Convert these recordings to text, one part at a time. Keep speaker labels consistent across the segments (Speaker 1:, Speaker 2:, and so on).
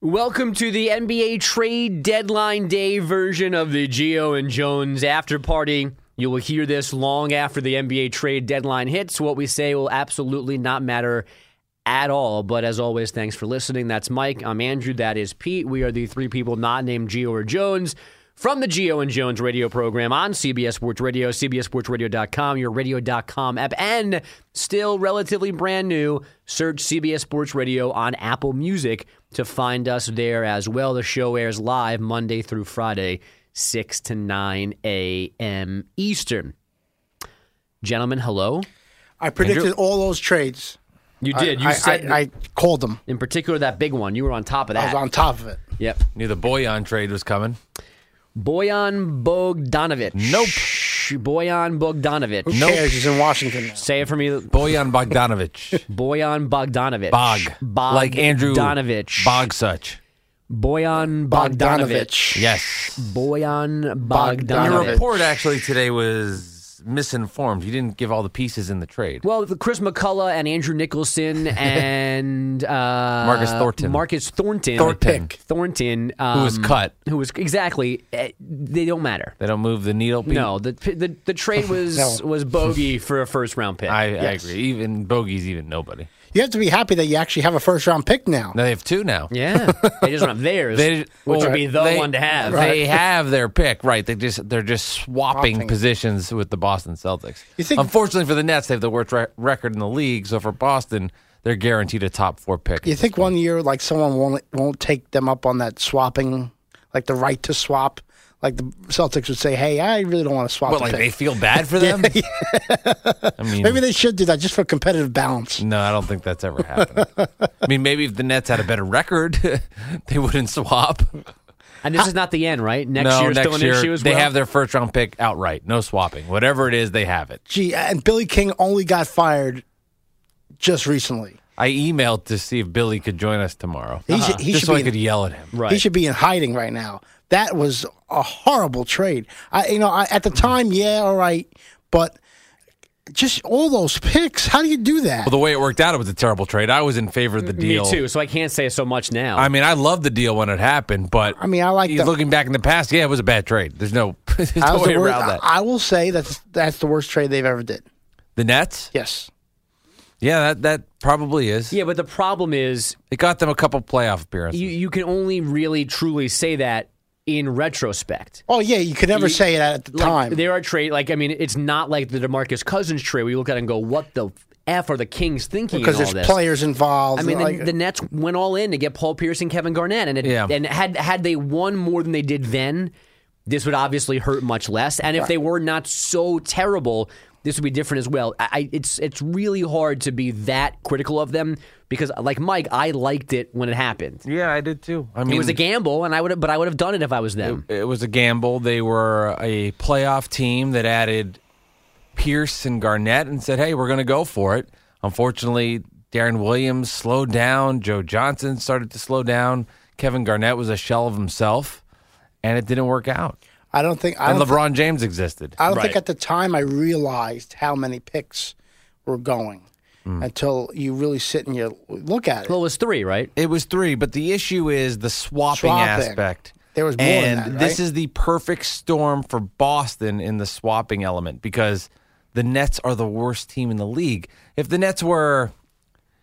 Speaker 1: Welcome to the NBA trade deadline day version of the Geo and Jones after party. You will hear this long after the NBA trade deadline hits. What we say will absolutely not matter at all. But as always, thanks for listening. That's Mike. I'm Andrew. That is Pete. We are the three people not named Geo or Jones from the Geo and Jones radio program on CBS Sports Radio, CBSSportsRadio.com, your radio.com app, and still relatively brand new. Search CBS Sports Radio on Apple Music to find us there as well. The show airs live Monday through Friday, 6 to 9 a.m. Eastern. Gentlemen, hello.
Speaker 2: I predicted all those trades.
Speaker 1: You did. You
Speaker 2: I,
Speaker 1: said
Speaker 2: I, I called them.
Speaker 1: in particular that big one. You were on top of
Speaker 2: I
Speaker 1: that.
Speaker 3: Ah.
Speaker 2: was on top of it.
Speaker 1: Yep.
Speaker 3: Knew the Boyan trade was coming.
Speaker 1: Boyan Bogdanovic.
Speaker 3: Nope.
Speaker 1: Boyan Bogdanovic.
Speaker 2: Who cares? He's in Washington. now.
Speaker 1: Say it for me.
Speaker 3: Boyan Bogdanovich.
Speaker 1: Boyan Bogdanovic.
Speaker 3: Bog.
Speaker 1: Bog
Speaker 3: Like Andrew
Speaker 1: Bogdanovich.
Speaker 3: Bog such.
Speaker 1: Boyan Bogdanovic.
Speaker 2: Bogdanovich.
Speaker 3: Yes.
Speaker 1: Boyan
Speaker 3: Your
Speaker 2: Bogdanovich.
Speaker 1: Bogdanovic.
Speaker 3: report actually today was misinformed. You didn't give all the pieces in the trade.
Speaker 1: Well, the Chris McCullough and Andrew Nicholson and uh, Marcus
Speaker 3: Thornton.
Speaker 1: Marcus Thornton.
Speaker 2: Thor pick.
Speaker 1: Thornton.
Speaker 3: Who
Speaker 1: Um,
Speaker 3: was cut?
Speaker 1: Who was exactly. eh, They don't matter.
Speaker 3: They don't move the needle. Pete?
Speaker 1: No, the the, the trade was
Speaker 2: No.
Speaker 1: was bogey for a first round pick.
Speaker 3: I, I
Speaker 2: Yes.
Speaker 3: agree. Even Bogey's even nobody.
Speaker 2: You have to be happy that you actually have a first round pick now.
Speaker 3: Now they have two now.
Speaker 1: yeah, they just don't have theirs,
Speaker 3: They,
Speaker 1: which would
Speaker 3: well,
Speaker 1: be the
Speaker 3: they-
Speaker 1: one to have.
Speaker 3: They have their pick, right? They just they're just swapping,
Speaker 2: Swapping.
Speaker 3: positions with the Boston Celtics.
Speaker 2: You think-
Speaker 3: Unfortunately for the Nets, they have the worst re- record in the league. So for Boston, they're guaranteed a top four pick.
Speaker 2: You think one year like someone won't won't take them up on that swapping, like the right to swap. Like the Celtics would say, "Hey, I really don't want to swap."
Speaker 3: But
Speaker 2: the
Speaker 3: like
Speaker 2: pick."
Speaker 3: they feel bad for them. I mean,
Speaker 2: Maybe they should do that just for competitive balance.
Speaker 3: no, I don't think that's ever happened. I mean, maybe if the Nets had a better record, they wouldn't swap.
Speaker 1: and this is not the end, right? Next
Speaker 3: no,
Speaker 1: year's
Speaker 3: next
Speaker 1: still an
Speaker 3: year
Speaker 1: issue as
Speaker 3: they
Speaker 1: well.
Speaker 3: have their first round pick outright, no swapping. Whatever it is, they have it.
Speaker 2: Gee, and Billy King only got fired just recently.
Speaker 3: I emailed to see if Billy could join us tomorrow, Uh-huh.
Speaker 2: He should- he
Speaker 3: just
Speaker 2: should
Speaker 3: so
Speaker 2: be
Speaker 3: I
Speaker 2: in-
Speaker 3: could yell at him.
Speaker 1: right.
Speaker 2: He should be in hiding right now. That was a horrible trade. I, you know, I, at the time, yeah, all right, but just all those picks. How do you do that?
Speaker 3: Well, the way it worked out, it was a terrible trade. I was in favor of the
Speaker 1: me
Speaker 3: deal.
Speaker 1: too. So I can't say so much now.
Speaker 3: I mean, I loved the deal when it happened, but
Speaker 2: I mean, I like the-
Speaker 3: looking back in the past. Yeah, it was a bad trade. There's no, there's
Speaker 2: That
Speaker 3: no
Speaker 2: was
Speaker 3: way
Speaker 2: the worst-
Speaker 3: around that.
Speaker 2: I, I will say that's that's the worst trade they've ever did.
Speaker 3: the Nets.
Speaker 2: Yes,
Speaker 3: Yeah, that that probably is.
Speaker 1: yeah, but the problem is
Speaker 3: It got them a couple playoff appearances.
Speaker 1: you you can only really truly say that in retrospect.
Speaker 2: Oh yeah, you could never say it at the
Speaker 1: Like,
Speaker 2: time.
Speaker 1: there are trade like I mean, it's not like the Demarcus Cousins trade where you look at it and go, "What the f are the Kings thinking?" in
Speaker 2: because
Speaker 1: all
Speaker 2: there's
Speaker 1: this?
Speaker 2: players
Speaker 1: I
Speaker 2: involved.
Speaker 1: mean,
Speaker 2: like,
Speaker 1: the, the Nets went all in to get Paul Pierce and Kevin Garnett, and it,
Speaker 3: Yeah.
Speaker 1: and had had they won more than they did then, this would obviously hurt much less. And if they were not so terrible, this would be different as well. I, I, it's it's really hard to be that critical of them because, like Mike, I liked it when it happened.
Speaker 3: yeah, I did too. I mean,
Speaker 1: It was a gamble, and I would have, but I would have done it if I was them.
Speaker 3: it was a gamble. They were a playoff team that added Pierce and Garnett and said, "Hey, we're going to go for it." Unfortunately, Darren Williams slowed down. Joe Johnson started to slow down. Kevin Garnett was a shell of himself, and it didn't work out.
Speaker 2: I don't think I
Speaker 3: And
Speaker 2: don't,
Speaker 3: LeBron James existed.
Speaker 2: I don't
Speaker 1: Right.
Speaker 2: think at the time I realized how many picks were going until you really sit and you look at it.
Speaker 1: Hmm. Well, it was three, right?
Speaker 3: It was three, but the issue is the swapping,
Speaker 2: Swapping.
Speaker 3: aspect.
Speaker 2: There was more than
Speaker 3: and
Speaker 2: that,
Speaker 3: this
Speaker 2: right?
Speaker 3: is the perfect storm for Boston in the swapping element because the Nets are the worst team in the league. If the Nets were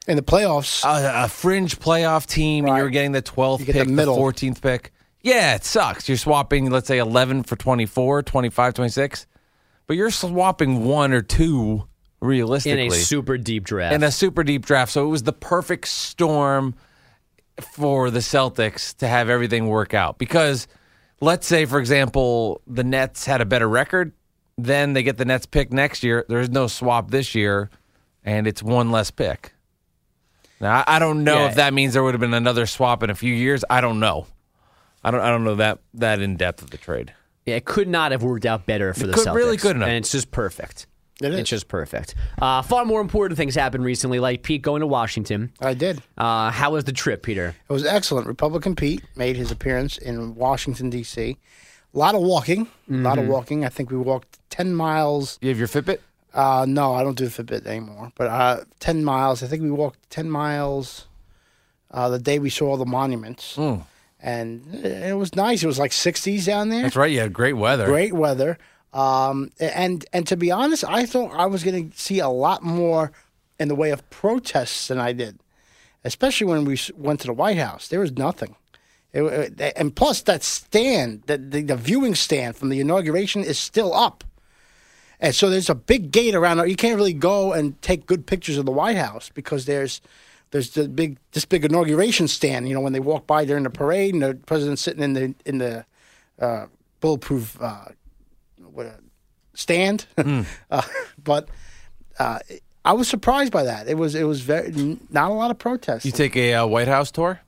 Speaker 2: In the playoffs,
Speaker 3: a, a fringe playoff team and
Speaker 2: Right.
Speaker 3: you were getting the 12th
Speaker 2: You
Speaker 3: pick,
Speaker 2: get the middle.
Speaker 3: 14th pick, yeah, it sucks. You're swapping, let's say, 11 for 24, 25, 26, but you're swapping one or two
Speaker 1: In
Speaker 3: realistically
Speaker 1: a super deep draft.
Speaker 3: and a super deep draft. So it was the perfect storm for the Celtics to have everything work out. Because let's say, for example, the Nets had a better record, then they get the Nets pick next year. There's no swap this year, and it's one less pick. Now I I don't know
Speaker 1: Yeah.
Speaker 3: if that means there would have been another swap in a few years. I don't know. I don't. I don't know that that in depth of the trade.
Speaker 1: Yeah, it could not have worked out better for the
Speaker 3: could-
Speaker 1: Celtics.
Speaker 3: really couldn't have.
Speaker 1: And it's just perfect.
Speaker 2: It
Speaker 1: It's
Speaker 2: is.
Speaker 1: just perfect. Uh, far more important things happened recently, like Pete going to Washington.
Speaker 2: I did.
Speaker 1: Uh, how was the trip, Peter?
Speaker 2: It was excellent. Republican Pete made his appearance in Washington D.C. A lot of walking. A lot of walking. I think we walked ten miles.
Speaker 3: You have your Fitbit.
Speaker 2: Uh, no, I don't do Fitbit anymore. But uh, ten miles. I think we walked ten miles uh, the day we saw all the monuments, and it was nice. It was like 60s down there.
Speaker 3: That's right. You had great weather.
Speaker 2: Great weather. Um, and and to be honest, I thought I was going to see a lot more in the way of protests than I did, especially when we s- went to the White House. There was nothing. It, it- and plus, that stand, the, the, the viewing stand from the inauguration is still up. And so there's a big gate around. it. You can't really go and take good pictures of the White House because there's there's the big this big inauguration stand. You know, when they walk by during the parade and the president's sitting in the in the uh, bulletproof uh, what a stand. uh, but uh, I was surprised by that. It was it was very n- not a lot of protests.
Speaker 3: You take a uh, White House tour?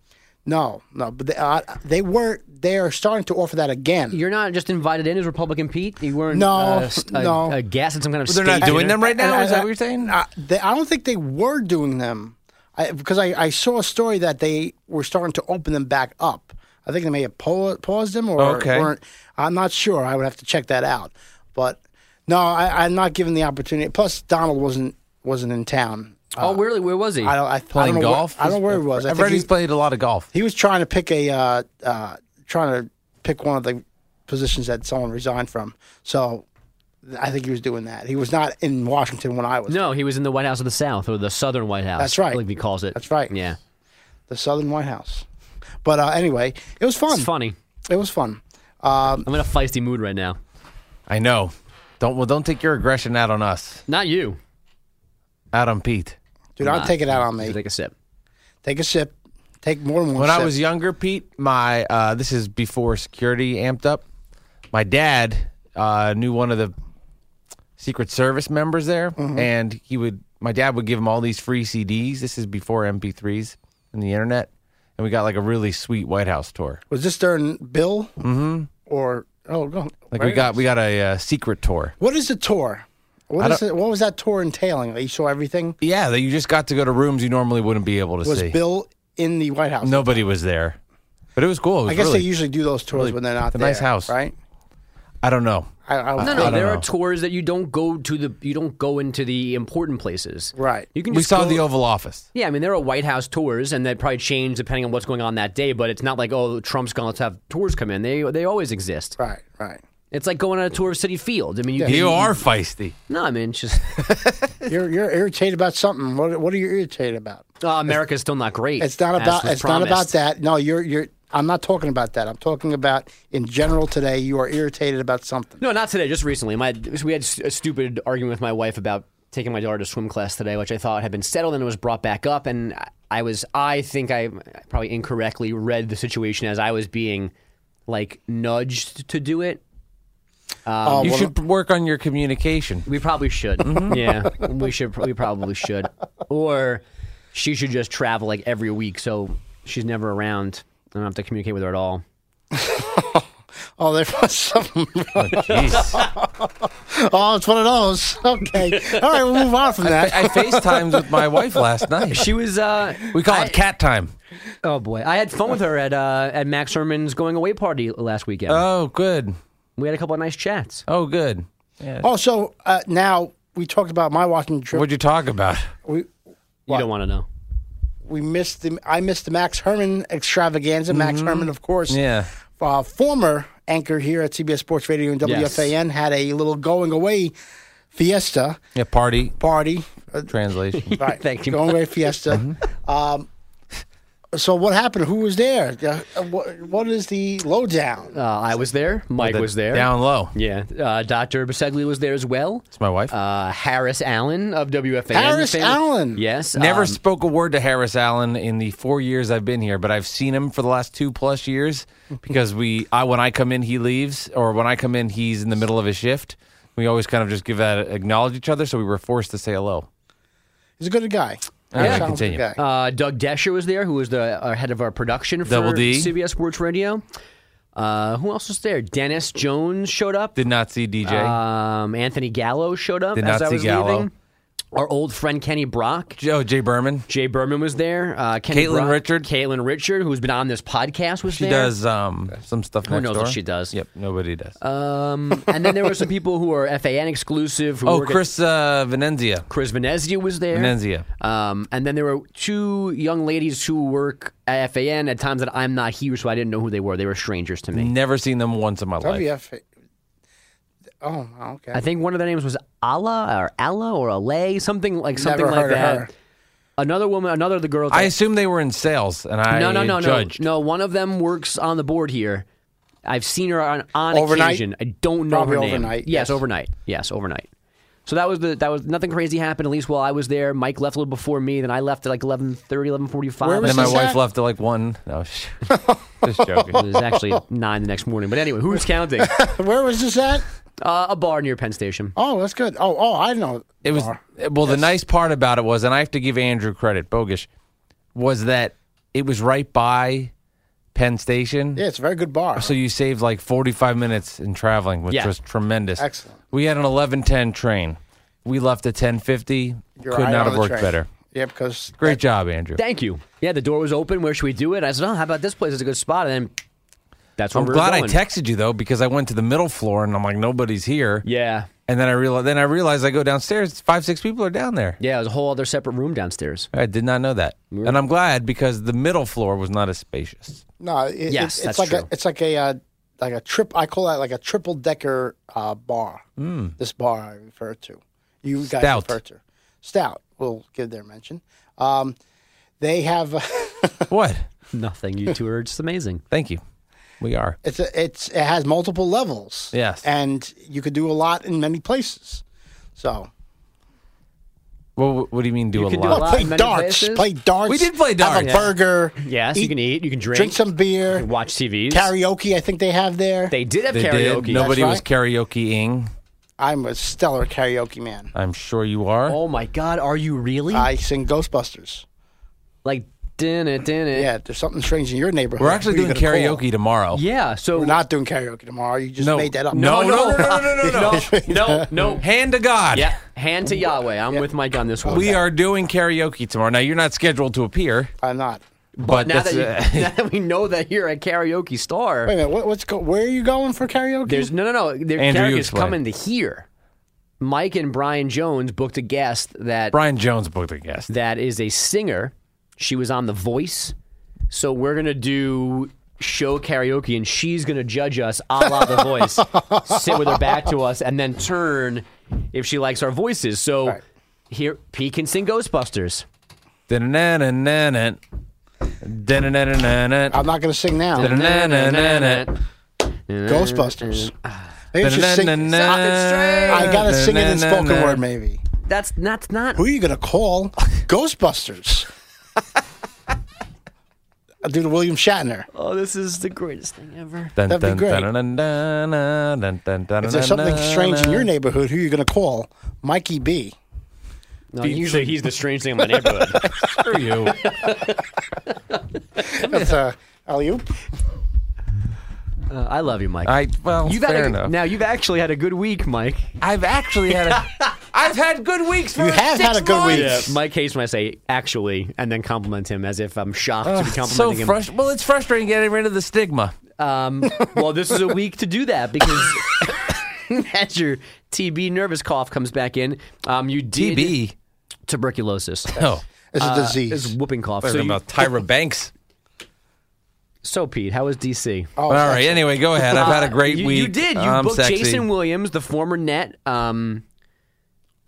Speaker 2: no, no, but they, uh, they were they are starting to offer that again.
Speaker 1: You're not just invited in as Republican Pete. You weren't
Speaker 2: No,
Speaker 1: uh, st- a,
Speaker 2: no.
Speaker 1: a guest at some kind of.
Speaker 3: They're not
Speaker 1: state
Speaker 3: doing
Speaker 1: dinner.
Speaker 3: them right now?
Speaker 2: And
Speaker 3: Is
Speaker 2: I-
Speaker 3: that what you're saying?
Speaker 2: I, they, I don't think they were doing them I, because I, I saw a story that they were starting to open them back up. I think they may have pa- paused them or
Speaker 3: Okay.
Speaker 2: weren't. I'm not sure. I would have to check that out. But no, I, I'm not given the opportunity. Plus, Donald wasn't wasn't in town. Uh,
Speaker 1: Oh, really? Where was he?
Speaker 2: I don't. I, I
Speaker 3: Playing
Speaker 2: don't know
Speaker 3: golf?
Speaker 2: Where, I don't know where he was. I
Speaker 3: I've
Speaker 2: think
Speaker 3: heard
Speaker 2: he,
Speaker 3: he's played a lot of golf.
Speaker 2: he was trying to pick a uh, uh, trying to pick one of the positions that someone resigned from. So I think he was doing that. He was not in Washington when I was.
Speaker 1: No, he was in the White House of the South or the Southern White House.
Speaker 2: That's right.
Speaker 1: Like he calls it.
Speaker 2: That's right.
Speaker 1: Yeah.
Speaker 2: the Southern White House. But uh, anyway, it was fun.
Speaker 1: It's funny.
Speaker 2: It was fun. Um,
Speaker 1: I'm in a feisty mood right now.
Speaker 3: I know. Don't well, don't take your aggression out on us,
Speaker 1: Not you.
Speaker 3: out on Pete.
Speaker 2: dude, I'll take it out on me.
Speaker 1: Take a sip.
Speaker 2: Take a sip. Take more than one
Speaker 3: When
Speaker 2: sip.
Speaker 3: I was younger, Pete, my uh, this is before security amped up. My dad uh, knew one of the Secret Service members there,
Speaker 2: Mm-hmm.
Speaker 3: and he would. My dad would give him all these free CDs. This is before MP3s and the internet, and we got like a really sweet White House tour.
Speaker 2: Was this during Bill? Mm-hmm. Or oh, go.
Speaker 3: Like we got we got a uh, secret tour.
Speaker 2: What is the tour? What is it? What was that tour entailing? You saw everything.
Speaker 3: Yeah, that you just got to go to rooms you normally wouldn't be able to
Speaker 2: Was
Speaker 3: see.
Speaker 2: Bill in the White House?
Speaker 3: Nobody was there, but it was cool. It was
Speaker 2: I guess
Speaker 3: really-
Speaker 2: they usually do those tours when they're not
Speaker 3: a
Speaker 2: there.
Speaker 3: nice house.
Speaker 2: right?
Speaker 3: I don't know.
Speaker 2: I, I,
Speaker 1: No,
Speaker 2: I
Speaker 1: no,
Speaker 2: don't-
Speaker 1: there
Speaker 3: know.
Speaker 1: are tours that you don't go to the you don't go into the important places.
Speaker 2: Right.
Speaker 1: You can
Speaker 3: We
Speaker 1: just
Speaker 3: saw
Speaker 1: go-
Speaker 3: the Oval Office.
Speaker 1: Yeah, I mean there are White House tours and they probably change depending on what's going on that day, but it's not like oh Trump's going to have tours come in. They they always exist.
Speaker 2: right, right.
Speaker 1: It's like going on a tour of City Field. I mean you, can-
Speaker 3: You are feisty.
Speaker 1: No, I mean it's just
Speaker 2: You're you're irritated about something. What what are you irritated about?
Speaker 1: uh, America's still not great.
Speaker 2: It's not
Speaker 1: as
Speaker 2: about.
Speaker 1: was
Speaker 2: It's not about
Speaker 1: promised.
Speaker 2: that. No, you're you're. I'm not talking about that. I'm talking about in general today. You are irritated about something.
Speaker 1: No, not today. Just recently, my we had a stupid argument with my wife about taking my daughter to swim class today, which I thought had been settled, and it was brought back up. And I- I was, I think, I probably incorrectly read the situation as I was being like nudged to do it.
Speaker 2: Oh,
Speaker 3: You
Speaker 2: well,
Speaker 3: should work on your communication.
Speaker 1: We probably should. Mm-hmm. Yeah, we should. We probably should. Or she should just travel like every week, so she's never around. I don't have to communicate with her at all.
Speaker 2: Oh, there was something.
Speaker 3: Oh, jeez.
Speaker 2: Oh, it's one of those. Okay. All right, we'll move on from that.
Speaker 3: I FaceTimed with my wife last night.
Speaker 1: She was. uh
Speaker 3: We call it cat time.
Speaker 1: Oh boy, I had fun with her at uh at Max Herman's going away party last weekend.
Speaker 3: Oh, good.
Speaker 1: We had a couple of nice chats.
Speaker 3: Oh, good. Yeah.
Speaker 2: Oh, so uh, now we talked about my Washington trip.
Speaker 3: What'd you talk about?
Speaker 2: we
Speaker 1: You don't want to know.
Speaker 2: we missed the. I missed the Max Herman extravaganza. Max
Speaker 1: Mm-hmm.
Speaker 2: Herman, of course.
Speaker 3: Yeah.
Speaker 2: Uh, former anchor here at CBS Sports Radio and
Speaker 1: Yes.
Speaker 2: WFAN had a little going away fiesta
Speaker 3: Yeah, party
Speaker 2: party. Uh,
Speaker 3: translation.
Speaker 2: Right.
Speaker 1: Thank you.
Speaker 2: Going away fiesta.
Speaker 3: Mm-hmm.
Speaker 2: Um, so what happened? Who was there? Uh, what, what is the lowdown?
Speaker 1: Uh, I was there. Mike was there.
Speaker 3: Down low.
Speaker 1: Yeah. Uh, Dr. Basegli was there as well.
Speaker 3: It's my wife.
Speaker 1: Uh, Harris Allen of WFAN. the
Speaker 2: Harris
Speaker 1: famous-
Speaker 2: Allen!
Speaker 1: Yes.
Speaker 3: Never
Speaker 1: um,
Speaker 3: spoke a word to Harris Allen in the four years I've been here, but I've seen him for the last two plus years because we, I when I come in, he leaves, or when I come in, he's in the middle of his shift. We always kind of just give that acknowledge each other, so we were forced to say hello.
Speaker 2: He's a good guy.
Speaker 3: Yeah,
Speaker 2: Sounds
Speaker 3: continue.
Speaker 2: good guy.
Speaker 1: uh, Doug Desher was there, who was the uh, head of our production for
Speaker 3: Double D.
Speaker 1: CBS Sports Radio. Uh, who else was there? Dennis Jones showed up.
Speaker 3: Did not see DJ.
Speaker 1: Uh, Um, Anthony Gallo showed up
Speaker 3: Did
Speaker 1: as
Speaker 3: not
Speaker 1: I
Speaker 3: see
Speaker 1: was
Speaker 3: Gallo.
Speaker 1: leaving. Our old friend Kenny Brock.
Speaker 3: Joe oh, Jay Berman.
Speaker 1: Jay Berman was there. Uh, Kenny
Speaker 3: Caitlin
Speaker 1: Brock-
Speaker 3: Richard.
Speaker 1: Caitlin Richard, who's been on this podcast, was
Speaker 3: She
Speaker 1: there.
Speaker 3: does um, some stuff. Who next
Speaker 1: knows
Speaker 3: door.
Speaker 1: what she does?
Speaker 3: Yep, nobody does.
Speaker 1: Um, and then there were some people who are FAN exclusive. Who
Speaker 3: oh,
Speaker 1: work at-
Speaker 3: Chris uh, Venenzia.
Speaker 1: Chris Venezia was there.
Speaker 3: Venezia.
Speaker 1: Um, and then there were two young ladies who work at FAN at times that I'm not here, so I didn't know who they were. They were strangers to me.
Speaker 3: Never seen them once in my life.
Speaker 2: WF. Oh, okay.
Speaker 1: I think one of their names was Ala or Alla or Ale, something like something
Speaker 2: Never
Speaker 1: like
Speaker 2: heard of
Speaker 1: that.
Speaker 2: her.
Speaker 1: Another woman, another of the girls.
Speaker 3: I assume they were in sales, and I
Speaker 1: no, no, no,
Speaker 3: judged.
Speaker 1: no, no. One of them works on the board here. I've seen her on, on
Speaker 2: Overnight?
Speaker 1: occasion. I don't know
Speaker 2: Probably
Speaker 1: her name. Yes,
Speaker 2: overnight, yes.
Speaker 1: overnight. Yes, overnight. So that was the that was nothing crazy happened at least while I was there. Mike left a little before me. Then I left at like 11:30, 11:45.
Speaker 2: Where
Speaker 1: I
Speaker 2: was
Speaker 3: Then my
Speaker 2: What's
Speaker 3: wife
Speaker 2: that?
Speaker 3: left at like one. No, sh- just joking.
Speaker 1: It was actually nine the next morning. But anyway, who's counting? Uh,
Speaker 2: Where was this at?
Speaker 1: a bar near Penn Station.
Speaker 2: Oh, that's good. Oh, oh, I know.
Speaker 3: It was
Speaker 2: Bar.
Speaker 3: well. The nice part about it was, and I have to give Andrew credit, Bogish, was that it was right by Penn Station.
Speaker 2: Yeah, it's a very good bar.
Speaker 3: So you saved like 45 minutes in traveling, which
Speaker 1: Yeah.
Speaker 3: was tremendous.
Speaker 2: Excellent.
Speaker 3: We had an 11:10 train. We left at 10:50.
Speaker 2: You're
Speaker 3: Could
Speaker 2: right
Speaker 3: not
Speaker 2: on
Speaker 3: have
Speaker 2: the
Speaker 3: worked
Speaker 2: train.
Speaker 3: better.
Speaker 2: Yeah, because
Speaker 3: Great job, Andrew.
Speaker 1: Thank you. Yeah, the door was open. Where should we do it? I said, oh, how about this place? It's a good spot. And then that's where
Speaker 3: I'm
Speaker 1: we were
Speaker 3: glad I
Speaker 1: going.
Speaker 3: texted you though because I went to the middle floor and I'm like nobody's here.
Speaker 1: Yeah.
Speaker 3: And then I realized then I realized I go downstairs, five six people are down there.
Speaker 1: Yeah, it was a whole other separate room downstairs.
Speaker 3: I did not know that. And I'm glad because the middle floor was not as spacious.
Speaker 2: no, it,
Speaker 1: Yes,
Speaker 2: it's,
Speaker 1: that's
Speaker 2: it's like a
Speaker 1: true.
Speaker 2: it's like a uh, like a trip. I call that like a triple decker uh, bar. Mm. This bar I refer to, you guys
Speaker 3: Hmm. Stout.
Speaker 2: refer to, stout. We'll give their mention. Um, they have
Speaker 3: what?
Speaker 1: Nothing. You two are just amazing.
Speaker 3: Thank you. We are.
Speaker 2: it's a, it's it has multiple levels.
Speaker 3: Yes.
Speaker 2: and you could do a lot in many places. So
Speaker 3: Well, what do you mean do
Speaker 1: You
Speaker 3: a
Speaker 1: could
Speaker 3: lot?
Speaker 1: do a lot.
Speaker 2: play
Speaker 1: in many
Speaker 2: darts,
Speaker 1: places?
Speaker 2: play darts.
Speaker 3: We did play
Speaker 2: Have a
Speaker 3: darts.
Speaker 2: burger.
Speaker 1: Yes, you
Speaker 2: eat-
Speaker 1: can eat. You can drink.
Speaker 2: drink some beer.
Speaker 1: watch TVs.
Speaker 2: Karaoke, I think they have there.
Speaker 1: They did have
Speaker 3: They
Speaker 1: karaoke.
Speaker 3: did. Nobody
Speaker 2: That's
Speaker 3: was karaokeing.
Speaker 2: I'm a stellar karaoke man.
Speaker 3: I'm sure you are.
Speaker 1: Oh my God, are you really?
Speaker 2: I sing Ghostbusters.
Speaker 1: like, din it, din it.
Speaker 2: Yeah, there's something strange in your neighborhood.
Speaker 3: We're actually
Speaker 2: Who you
Speaker 3: doing
Speaker 2: gonna call?
Speaker 3: karaoke tomorrow.
Speaker 1: Yeah, so.
Speaker 2: We're not doing karaoke tomorrow. You just
Speaker 3: No.
Speaker 2: made that up.
Speaker 3: No, no, no, no, no, no, no.
Speaker 1: no, no.
Speaker 3: Hand to God.
Speaker 1: Yeah, hand to Yahweh. I'm with Mike on this one.
Speaker 3: We are doing karaoke tomorrow. Now you're not scheduled to appear,
Speaker 2: I'm not.
Speaker 3: but
Speaker 1: now
Speaker 3: that's,
Speaker 1: that, you,
Speaker 3: uh,
Speaker 1: now that we know that you're a karaoke star,
Speaker 2: Wait a minute. What, what's go- where are you going for karaoke?
Speaker 1: there's no, no, no. Their
Speaker 3: Andrew, you
Speaker 1: karaoke's
Speaker 3: explain.
Speaker 1: coming to here. Mike and Brian Jones booked a guest that
Speaker 3: Brian Jones booked a guest.
Speaker 1: that is a singer. She was on The Voice, so we're gonna do show karaoke, and she's gonna judge us a la The Voice. Sit with her back to us, and then turn if she likes our voices. So
Speaker 2: Right.
Speaker 1: here, P can sing Ghostbusters.
Speaker 3: Da-na-na-na-na-na. Da-na-na-na-na-na.
Speaker 2: I'm not going to sing now.
Speaker 3: Da-na-na-na-na-na.
Speaker 2: Ghostbusters.
Speaker 3: Ah.
Speaker 2: Maybe I should sing.
Speaker 3: Da-na-na-na-na.
Speaker 1: Something strange.
Speaker 2: I got to sing it in spoken
Speaker 3: Da-na-na-na.
Speaker 2: word, maybe.
Speaker 1: That's that's not.
Speaker 2: Who are you going to call? Ghostbusters. I'll do the William Shatner.
Speaker 1: Oh, this is the greatest thing ever.
Speaker 3: Dun,
Speaker 2: That'd be
Speaker 3: dun,
Speaker 2: great.
Speaker 3: dun-dun-dun-dun-dun, dun-dun-dun-dun-dun.
Speaker 2: If there's something strange in your neighborhood, who are you going to call? Mikey B.
Speaker 1: No, usually he's the strange thing in my neighborhood.
Speaker 3: Screw you.
Speaker 2: That's a alley oop.
Speaker 1: Uh, I love you, Mike.
Speaker 3: I well,
Speaker 1: you've had
Speaker 3: fair
Speaker 1: a,
Speaker 3: enough.
Speaker 1: now you've actually had a good week, Mike.
Speaker 3: I've actually had a I've had good weeks for
Speaker 2: You have
Speaker 3: six
Speaker 2: had a good
Speaker 3: months.
Speaker 2: week. Yeah.
Speaker 1: Mike hates when I say actually and then compliment him as if I'm shocked to be
Speaker 3: So
Speaker 1: complimenting him.
Speaker 3: frustrating. Well, it's frustrating getting rid of the stigma.
Speaker 1: Um, well, this is a week to do that because as your TB nervous cough comes back in, um, you did
Speaker 3: DB.
Speaker 1: tuberculosis.
Speaker 3: No.
Speaker 2: It's a
Speaker 3: Uh,
Speaker 1: It's
Speaker 2: disease.
Speaker 1: whooping cough. So,
Speaker 3: Oh. Talking
Speaker 1: you-
Speaker 3: about Tyra Banks.
Speaker 1: so Pete, how was DC?
Speaker 2: Oh,
Speaker 3: All right. Anyway, go ahead. I've had a great
Speaker 1: Uh, you,
Speaker 3: week.
Speaker 1: You did. You
Speaker 3: I'm
Speaker 1: booked
Speaker 3: sexy.
Speaker 1: Jason Williams, the former net, um,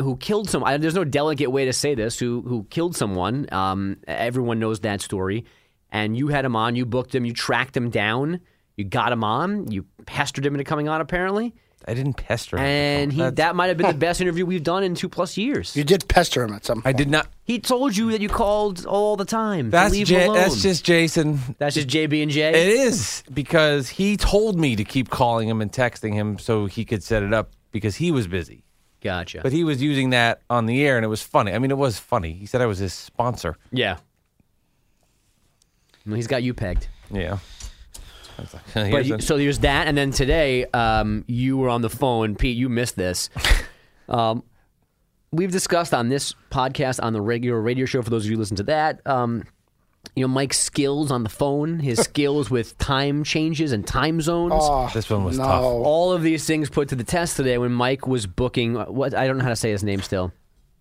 Speaker 1: who killed some. I, there's no delicate way to say this. Who who killed someone? Um, everyone knows that story. And you had him on. You booked him. You tracked him down. You got him on. You pestered him into coming on, apparently.
Speaker 3: I didn't pester him.
Speaker 1: And he,
Speaker 3: That's-
Speaker 1: that might have been the best interview we've done in two plus years.
Speaker 2: You did pester him at some
Speaker 3: I
Speaker 2: point.
Speaker 3: did not.
Speaker 1: He told you that you called all the time. to
Speaker 3: That's
Speaker 1: leave
Speaker 3: Ja-
Speaker 1: him
Speaker 3: that's
Speaker 1: alone.
Speaker 3: just Jason.
Speaker 1: that's just JB and
Speaker 3: It
Speaker 1: J.
Speaker 3: is because he told me to keep calling him and texting him so he could set it up because he was busy.
Speaker 1: Gotcha.
Speaker 3: But he was using that on the air and it was funny. I mean, it was funny. He said I was his sponsor.
Speaker 1: yeah. Well, he's got you pegged.
Speaker 3: Yeah. I was like, here's
Speaker 1: But you,
Speaker 3: a-
Speaker 1: so there's that, and then today um, you were on the phone, Pete. You missed this. Um, we've discussed on this podcast on the regular radio show for those of you who listen to that. Um, you know, Mike's skills on the phone, his skills with time changes and time zones.
Speaker 3: This one was
Speaker 2: Oh, no.
Speaker 3: tough.
Speaker 1: All of these things put to the test today when Mike was booking what I don't know how to say his name still.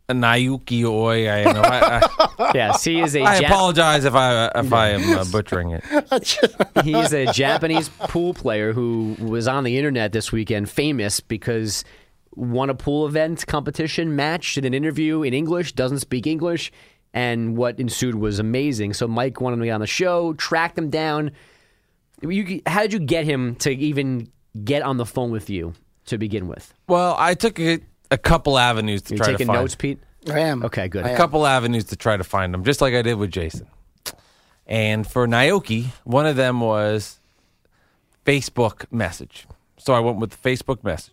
Speaker 3: Nayuki Oi. I, know, I, I,
Speaker 1: Yes, he is a
Speaker 3: I
Speaker 1: Jap-
Speaker 3: apologize if I if I am uh, butchering it.
Speaker 1: he is a Japanese pool player who was on the internet this weekend, famous because won a pool event competition match did an interview in English, doesn't speak English, and what ensued was amazing. So Mike wanted me on the show, tracked him down. You, how did you get him to even get on the phone with you to begin with?
Speaker 3: Well, I took a, a couple avenues to
Speaker 1: You
Speaker 3: try to
Speaker 1: taking
Speaker 3: find
Speaker 1: notes, Pete?
Speaker 2: I am.
Speaker 1: Okay, good.
Speaker 2: I
Speaker 3: a
Speaker 2: am.
Speaker 3: couple avenues to try to find them, just like I did with Jason. And for Naoki, one of them was Facebook message. So I went with the Facebook message.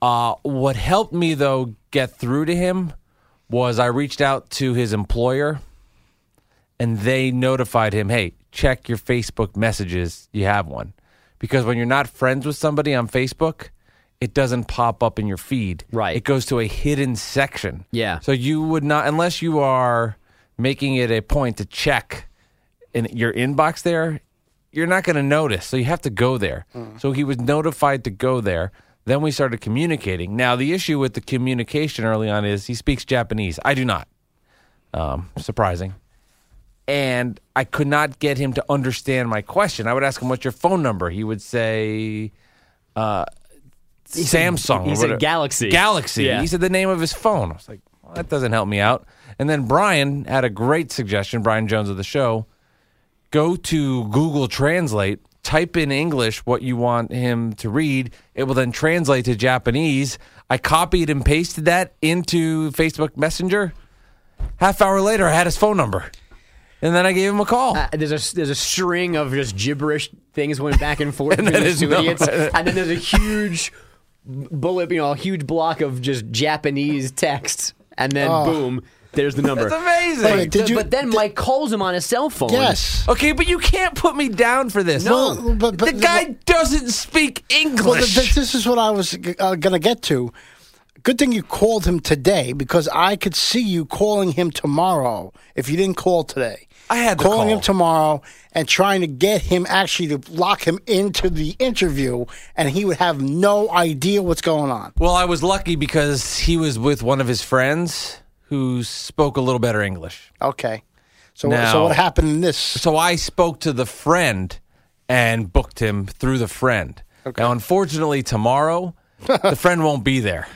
Speaker 3: Uh, what helped me though get through to him was I reached out to his employer, and they notified him, "Hey, check your Facebook messages. You have one." Because when you're not friends with somebody on Facebook, it doesn't pop up in your feed.
Speaker 1: Right.
Speaker 3: It goes to a hidden section.
Speaker 1: Yeah.
Speaker 3: So you would not, unless you are making it a point to check in your inbox there, you're not going to notice. So you have to go there. So he was notified to go there. Then we started communicating. Now, the issue with the communication early on is he speaks Japanese. I do not. Um, surprising. And I could not get him to understand my question. I would ask him, What's your phone number? He would say, uh, Samsung. or
Speaker 1: he said
Speaker 3: whatever.
Speaker 1: Galaxy.
Speaker 3: Galaxy.
Speaker 1: Yeah.
Speaker 3: He said the name of his phone. I was like, well, That doesn't help me out. And then Brian had a great suggestion, Brian Jones of the show go to Google Translate, type in English what you want him to read. It will then translate to Japanese. I copied and pasted that into Facebook Messenger. Half hour later, I had his phone number. And then I gave him a call.
Speaker 1: Uh, there's a there's a string of just gibberish things going back and forth between
Speaker 3: then
Speaker 1: these
Speaker 3: his
Speaker 1: two
Speaker 3: number.
Speaker 1: idiots, and then there's a huge bullet, you know, a huge block of just Japanese text, and then boom, there's the number.
Speaker 3: That's amazing.
Speaker 2: Wait, did you-
Speaker 1: but then Mike calls him on his cell phone.
Speaker 2: Yes. Oh,
Speaker 3: Okay, but you can't put me down for this.
Speaker 2: No, Well, but- but-
Speaker 3: the guy doesn't speak English.
Speaker 2: Well, th- th- this is what I was uh, going to get to. Good thing you called him today because I could see you calling him tomorrow if you didn't call today.
Speaker 3: I had to
Speaker 2: calling
Speaker 3: call.
Speaker 2: him tomorrow and trying to get him actually to lock him into the interview, and he would have no idea what's going on.
Speaker 3: Well, I was lucky because he was with one of his friends who spoke a little better English.
Speaker 2: Okay, so
Speaker 3: Now-
Speaker 2: so what happened in this?
Speaker 3: So I spoke to the friend and booked him through the friend. Now, unfortunately, tomorrow the friend won't be there.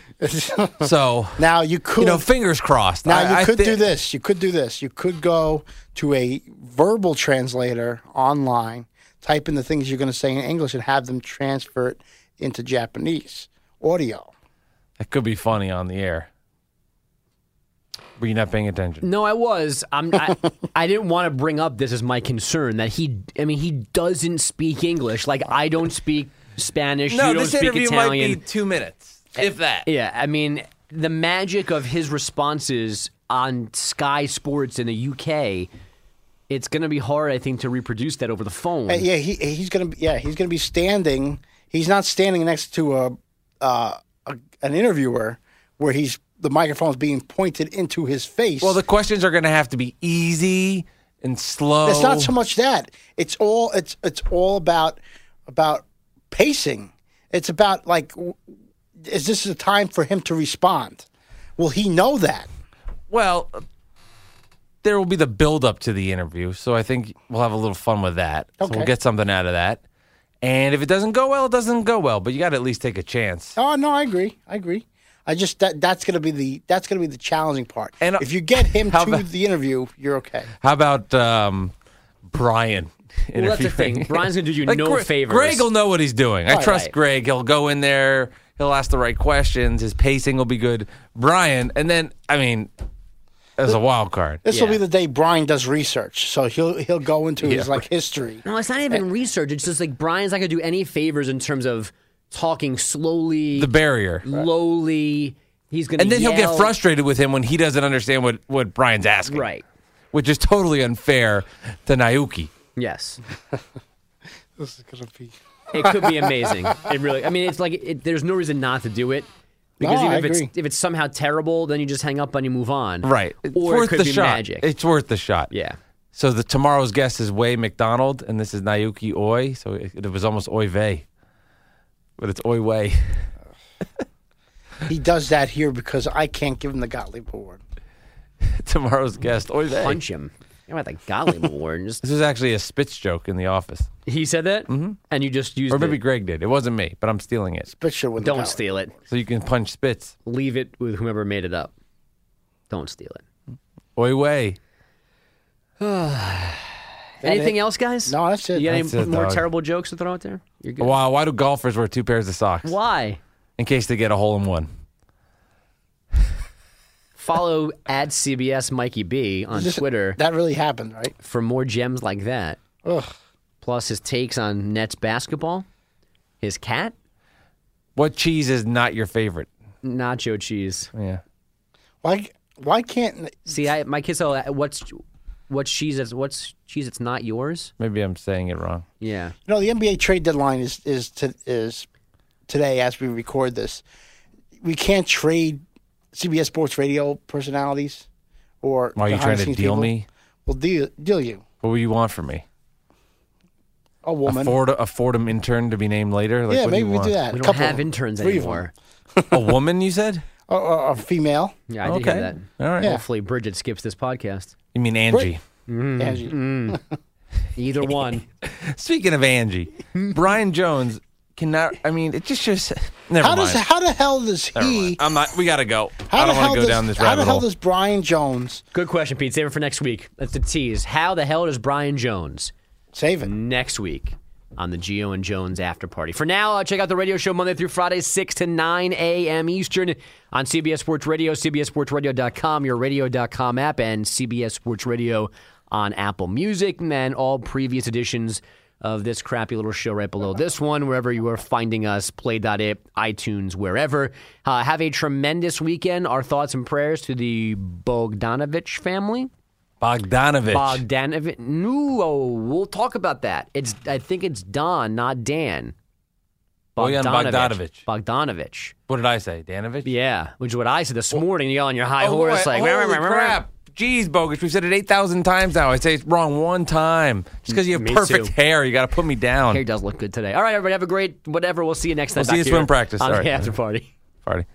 Speaker 3: So
Speaker 2: Now you could
Speaker 3: you know, fingers crossed.
Speaker 2: Now
Speaker 3: I-
Speaker 2: you
Speaker 3: I
Speaker 2: could
Speaker 3: thi-
Speaker 2: do this. You could do this. You could go to a verbal translator online, type in the things you're going to say in English, and have them transfer it into Japanese audio.
Speaker 3: That could be funny on the air. Were you not paying attention?
Speaker 1: No, I was. I'm. I, I didn't want to bring up this as my concern that he. I mean, he doesn't speak English. Like I don't speak Spanish. you don't speak Italian.
Speaker 3: two minutes, if that.
Speaker 1: Yeah, I mean, the magic of his responses on Sky Sports in the UK, it's going to be hard, I think, to reproduce that over the phone.
Speaker 2: Uh, Yeah, he he's going to yeah he's going to be standing. He's not standing next to a, uh, a an interviewer where he's the microphone's being pointed into his face.
Speaker 3: Well, the questions are going to have to be easy and slow.
Speaker 2: It's not so much that. It's all it's it's all about about pacing. It's about like w- is this the time for him to respond? Will he know that?
Speaker 3: Well, there will be the build up to the interview, so I think we'll have a little fun with that. So we'll
Speaker 2: Okay.
Speaker 3: get something out of that. And if it doesn't go well, it doesn't go well, but you got to at least take a chance.
Speaker 2: Oh no, I agree. I agree. I just that that's gonna be the that's gonna be the challenging part.
Speaker 3: And, uh,
Speaker 2: if you get him to
Speaker 3: how about-
Speaker 2: the interview, you're okay.
Speaker 3: How about um, Brian?
Speaker 1: Well, that's the
Speaker 3: interviewing?
Speaker 1: thing. Brian's gonna do you no
Speaker 3: Gre-
Speaker 1: favors.
Speaker 3: Greg will know what he's doing. I
Speaker 1: Right,
Speaker 3: trust
Speaker 1: right.
Speaker 3: Greg. He'll go in there. He'll ask the right questions. His pacing will be good. Brian, and then I mean, as a wild card,
Speaker 2: This will
Speaker 1: Yeah.
Speaker 2: be the day Brian does research, so he'll he'll go into his like history.
Speaker 1: no, it's not even
Speaker 3: Eh.
Speaker 1: research. It's just like Brian's not going to do any favors in terms of talking slowly,
Speaker 3: the barrier.
Speaker 1: lowly. He's going to
Speaker 3: And then he'll get
Speaker 1: yell.
Speaker 3: frustrated with him when he doesn't understand what, what Brian's asking.
Speaker 1: Right.
Speaker 3: Which is totally unfair to Naoki.
Speaker 1: Yes.
Speaker 2: This is gonna be
Speaker 1: It could be amazing. It really. I mean, it's like it, there's no reason not to do it. Because
Speaker 2: No,
Speaker 1: even
Speaker 2: I
Speaker 1: if it's
Speaker 2: agree.
Speaker 1: if it's somehow terrible, then you just hang up and you move on.
Speaker 3: Right. It's
Speaker 1: Or
Speaker 3: worth
Speaker 1: it could
Speaker 3: the
Speaker 1: be
Speaker 3: shot.
Speaker 1: magic.
Speaker 3: It's worth the shot.
Speaker 1: yeah.
Speaker 3: So the tomorrow's guest is Way McDonald, and this is Nayuki Oi. So it, it was almost Oi Vey, but it's Oi Way.
Speaker 2: He does that here because I can't give him the Gottlieb Award.
Speaker 3: tomorrow's guest, Oi Vey.
Speaker 1: Punch him. You know, the Gottlieb Award. and Just,
Speaker 3: This was actually a Spitz joke in the office,
Speaker 1: he said that, mm-hmm. and you just used
Speaker 3: or maybe
Speaker 1: it.
Speaker 3: Greg did. It wasn't me, but I'm stealing it.
Speaker 2: But sure, with the
Speaker 1: Don't
Speaker 2: Gottlieb.
Speaker 1: steal it.
Speaker 3: So you can punch Spitz.
Speaker 1: Leave it with whomever made it up. Don't steal it.
Speaker 3: Oi Way.
Speaker 1: Anything else, guys?
Speaker 2: No, that's it.
Speaker 1: You got
Speaker 3: That's
Speaker 1: any
Speaker 3: it,
Speaker 1: more
Speaker 3: dog.
Speaker 1: terrible jokes to throw out there? You're good.
Speaker 3: Wow. Why do golfers wear two pairs of socks
Speaker 1: Why?
Speaker 3: in case they get a hole in one?
Speaker 1: Follow at CBS Mikey B on
Speaker 2: Just-
Speaker 1: Twitter
Speaker 2: That really happened, right?
Speaker 1: for more gems like that.
Speaker 2: Ugh.
Speaker 1: Plus his takes on Nets basketball, his cat,
Speaker 3: What cheese is not your favorite?
Speaker 1: nacho cheese.
Speaker 3: Yeah.
Speaker 2: Why? Why can't?
Speaker 1: See, I, my kids all what's what's cheese that's what's cheese that's not yours.
Speaker 3: Maybe I'm saying it wrong.
Speaker 1: Yeah,
Speaker 2: You know, the NBA trade deadline is is to, is today as we record this. We can't trade CBS Sports Radio personalities or.
Speaker 3: Why are you trying to
Speaker 2: behind-the-scenes
Speaker 3: deal
Speaker 2: people.
Speaker 3: me?
Speaker 2: Well, deal deal you
Speaker 3: What will you want from me?
Speaker 2: a woman.
Speaker 3: A, Ford, a Fordham intern to be named later? Like,
Speaker 2: yeah,
Speaker 3: what
Speaker 2: maybe
Speaker 3: do you
Speaker 2: we
Speaker 3: want?
Speaker 2: do that.
Speaker 1: we
Speaker 2: a
Speaker 1: don't
Speaker 2: couple
Speaker 1: have interns
Speaker 2: Three of
Speaker 1: anymore.
Speaker 3: A woman, you said?
Speaker 2: or, or, or female.
Speaker 1: Yeah, I did
Speaker 3: okay.
Speaker 1: hear that.
Speaker 3: All right.
Speaker 2: Yeah.
Speaker 1: Hopefully, Bridget skips this podcast.
Speaker 3: You mean Angie?
Speaker 2: Angie.
Speaker 1: Either one.
Speaker 3: Speaking of Angie, Brian Jones cannot. I mean, it just just. Never
Speaker 2: How
Speaker 3: mind.
Speaker 2: does? How the hell does
Speaker 3: Never mind.
Speaker 2: he?
Speaker 3: I'm not. We gotta go.
Speaker 2: How
Speaker 3: I
Speaker 2: the
Speaker 3: don't want
Speaker 2: hell
Speaker 3: to go
Speaker 2: does,
Speaker 3: down this
Speaker 2: How the
Speaker 3: rabbit
Speaker 2: hell
Speaker 3: hole.
Speaker 2: does Brian Jones
Speaker 1: Good question, Pete. Save it for next week. That's the tease. How the hell does Brian Jones
Speaker 2: save it?
Speaker 1: next week on the Geo and Jones after party? For now, uh, check out the radio show Monday through Friday, 6 to 9 a.m. Eastern on CBS Sports Radio, CBSSportsRadio.com, your radio.com app, and CBS Sports Radio on Apple Music, and then all previous editions of this crappy little show right below this one, wherever you are finding us, play.it, iTunes, wherever. Uh, have a tremendous weekend. Our thoughts and prayers to the Bogdanovich family.
Speaker 3: Bogdanovich.
Speaker 1: Bogdanovich. No, we'll talk about that. It's I think it's Don, not Dan.
Speaker 3: Bojan Oh, Bogdanovich.
Speaker 1: Bogdanovich.
Speaker 3: what did I say? Danovich.
Speaker 1: Yeah, which is what I said this morning. You on your high horse, like
Speaker 3: Oh,
Speaker 1: "Rah,
Speaker 3: holy
Speaker 1: rah, rah, rah."
Speaker 3: crap. Jeez, bogus. We've said it eight thousand times now. I say it's wrong one time. Just because you have
Speaker 1: Me
Speaker 3: perfect
Speaker 1: too.
Speaker 3: hair, you got to put me down.
Speaker 1: Hair does look good today. All right, everybody, have a great whatever. We'll see you next time.
Speaker 3: We'll see
Speaker 1: back
Speaker 3: you
Speaker 1: here
Speaker 3: swim practice.
Speaker 1: on
Speaker 3: All
Speaker 1: the
Speaker 3: right.
Speaker 1: after party.
Speaker 3: Party.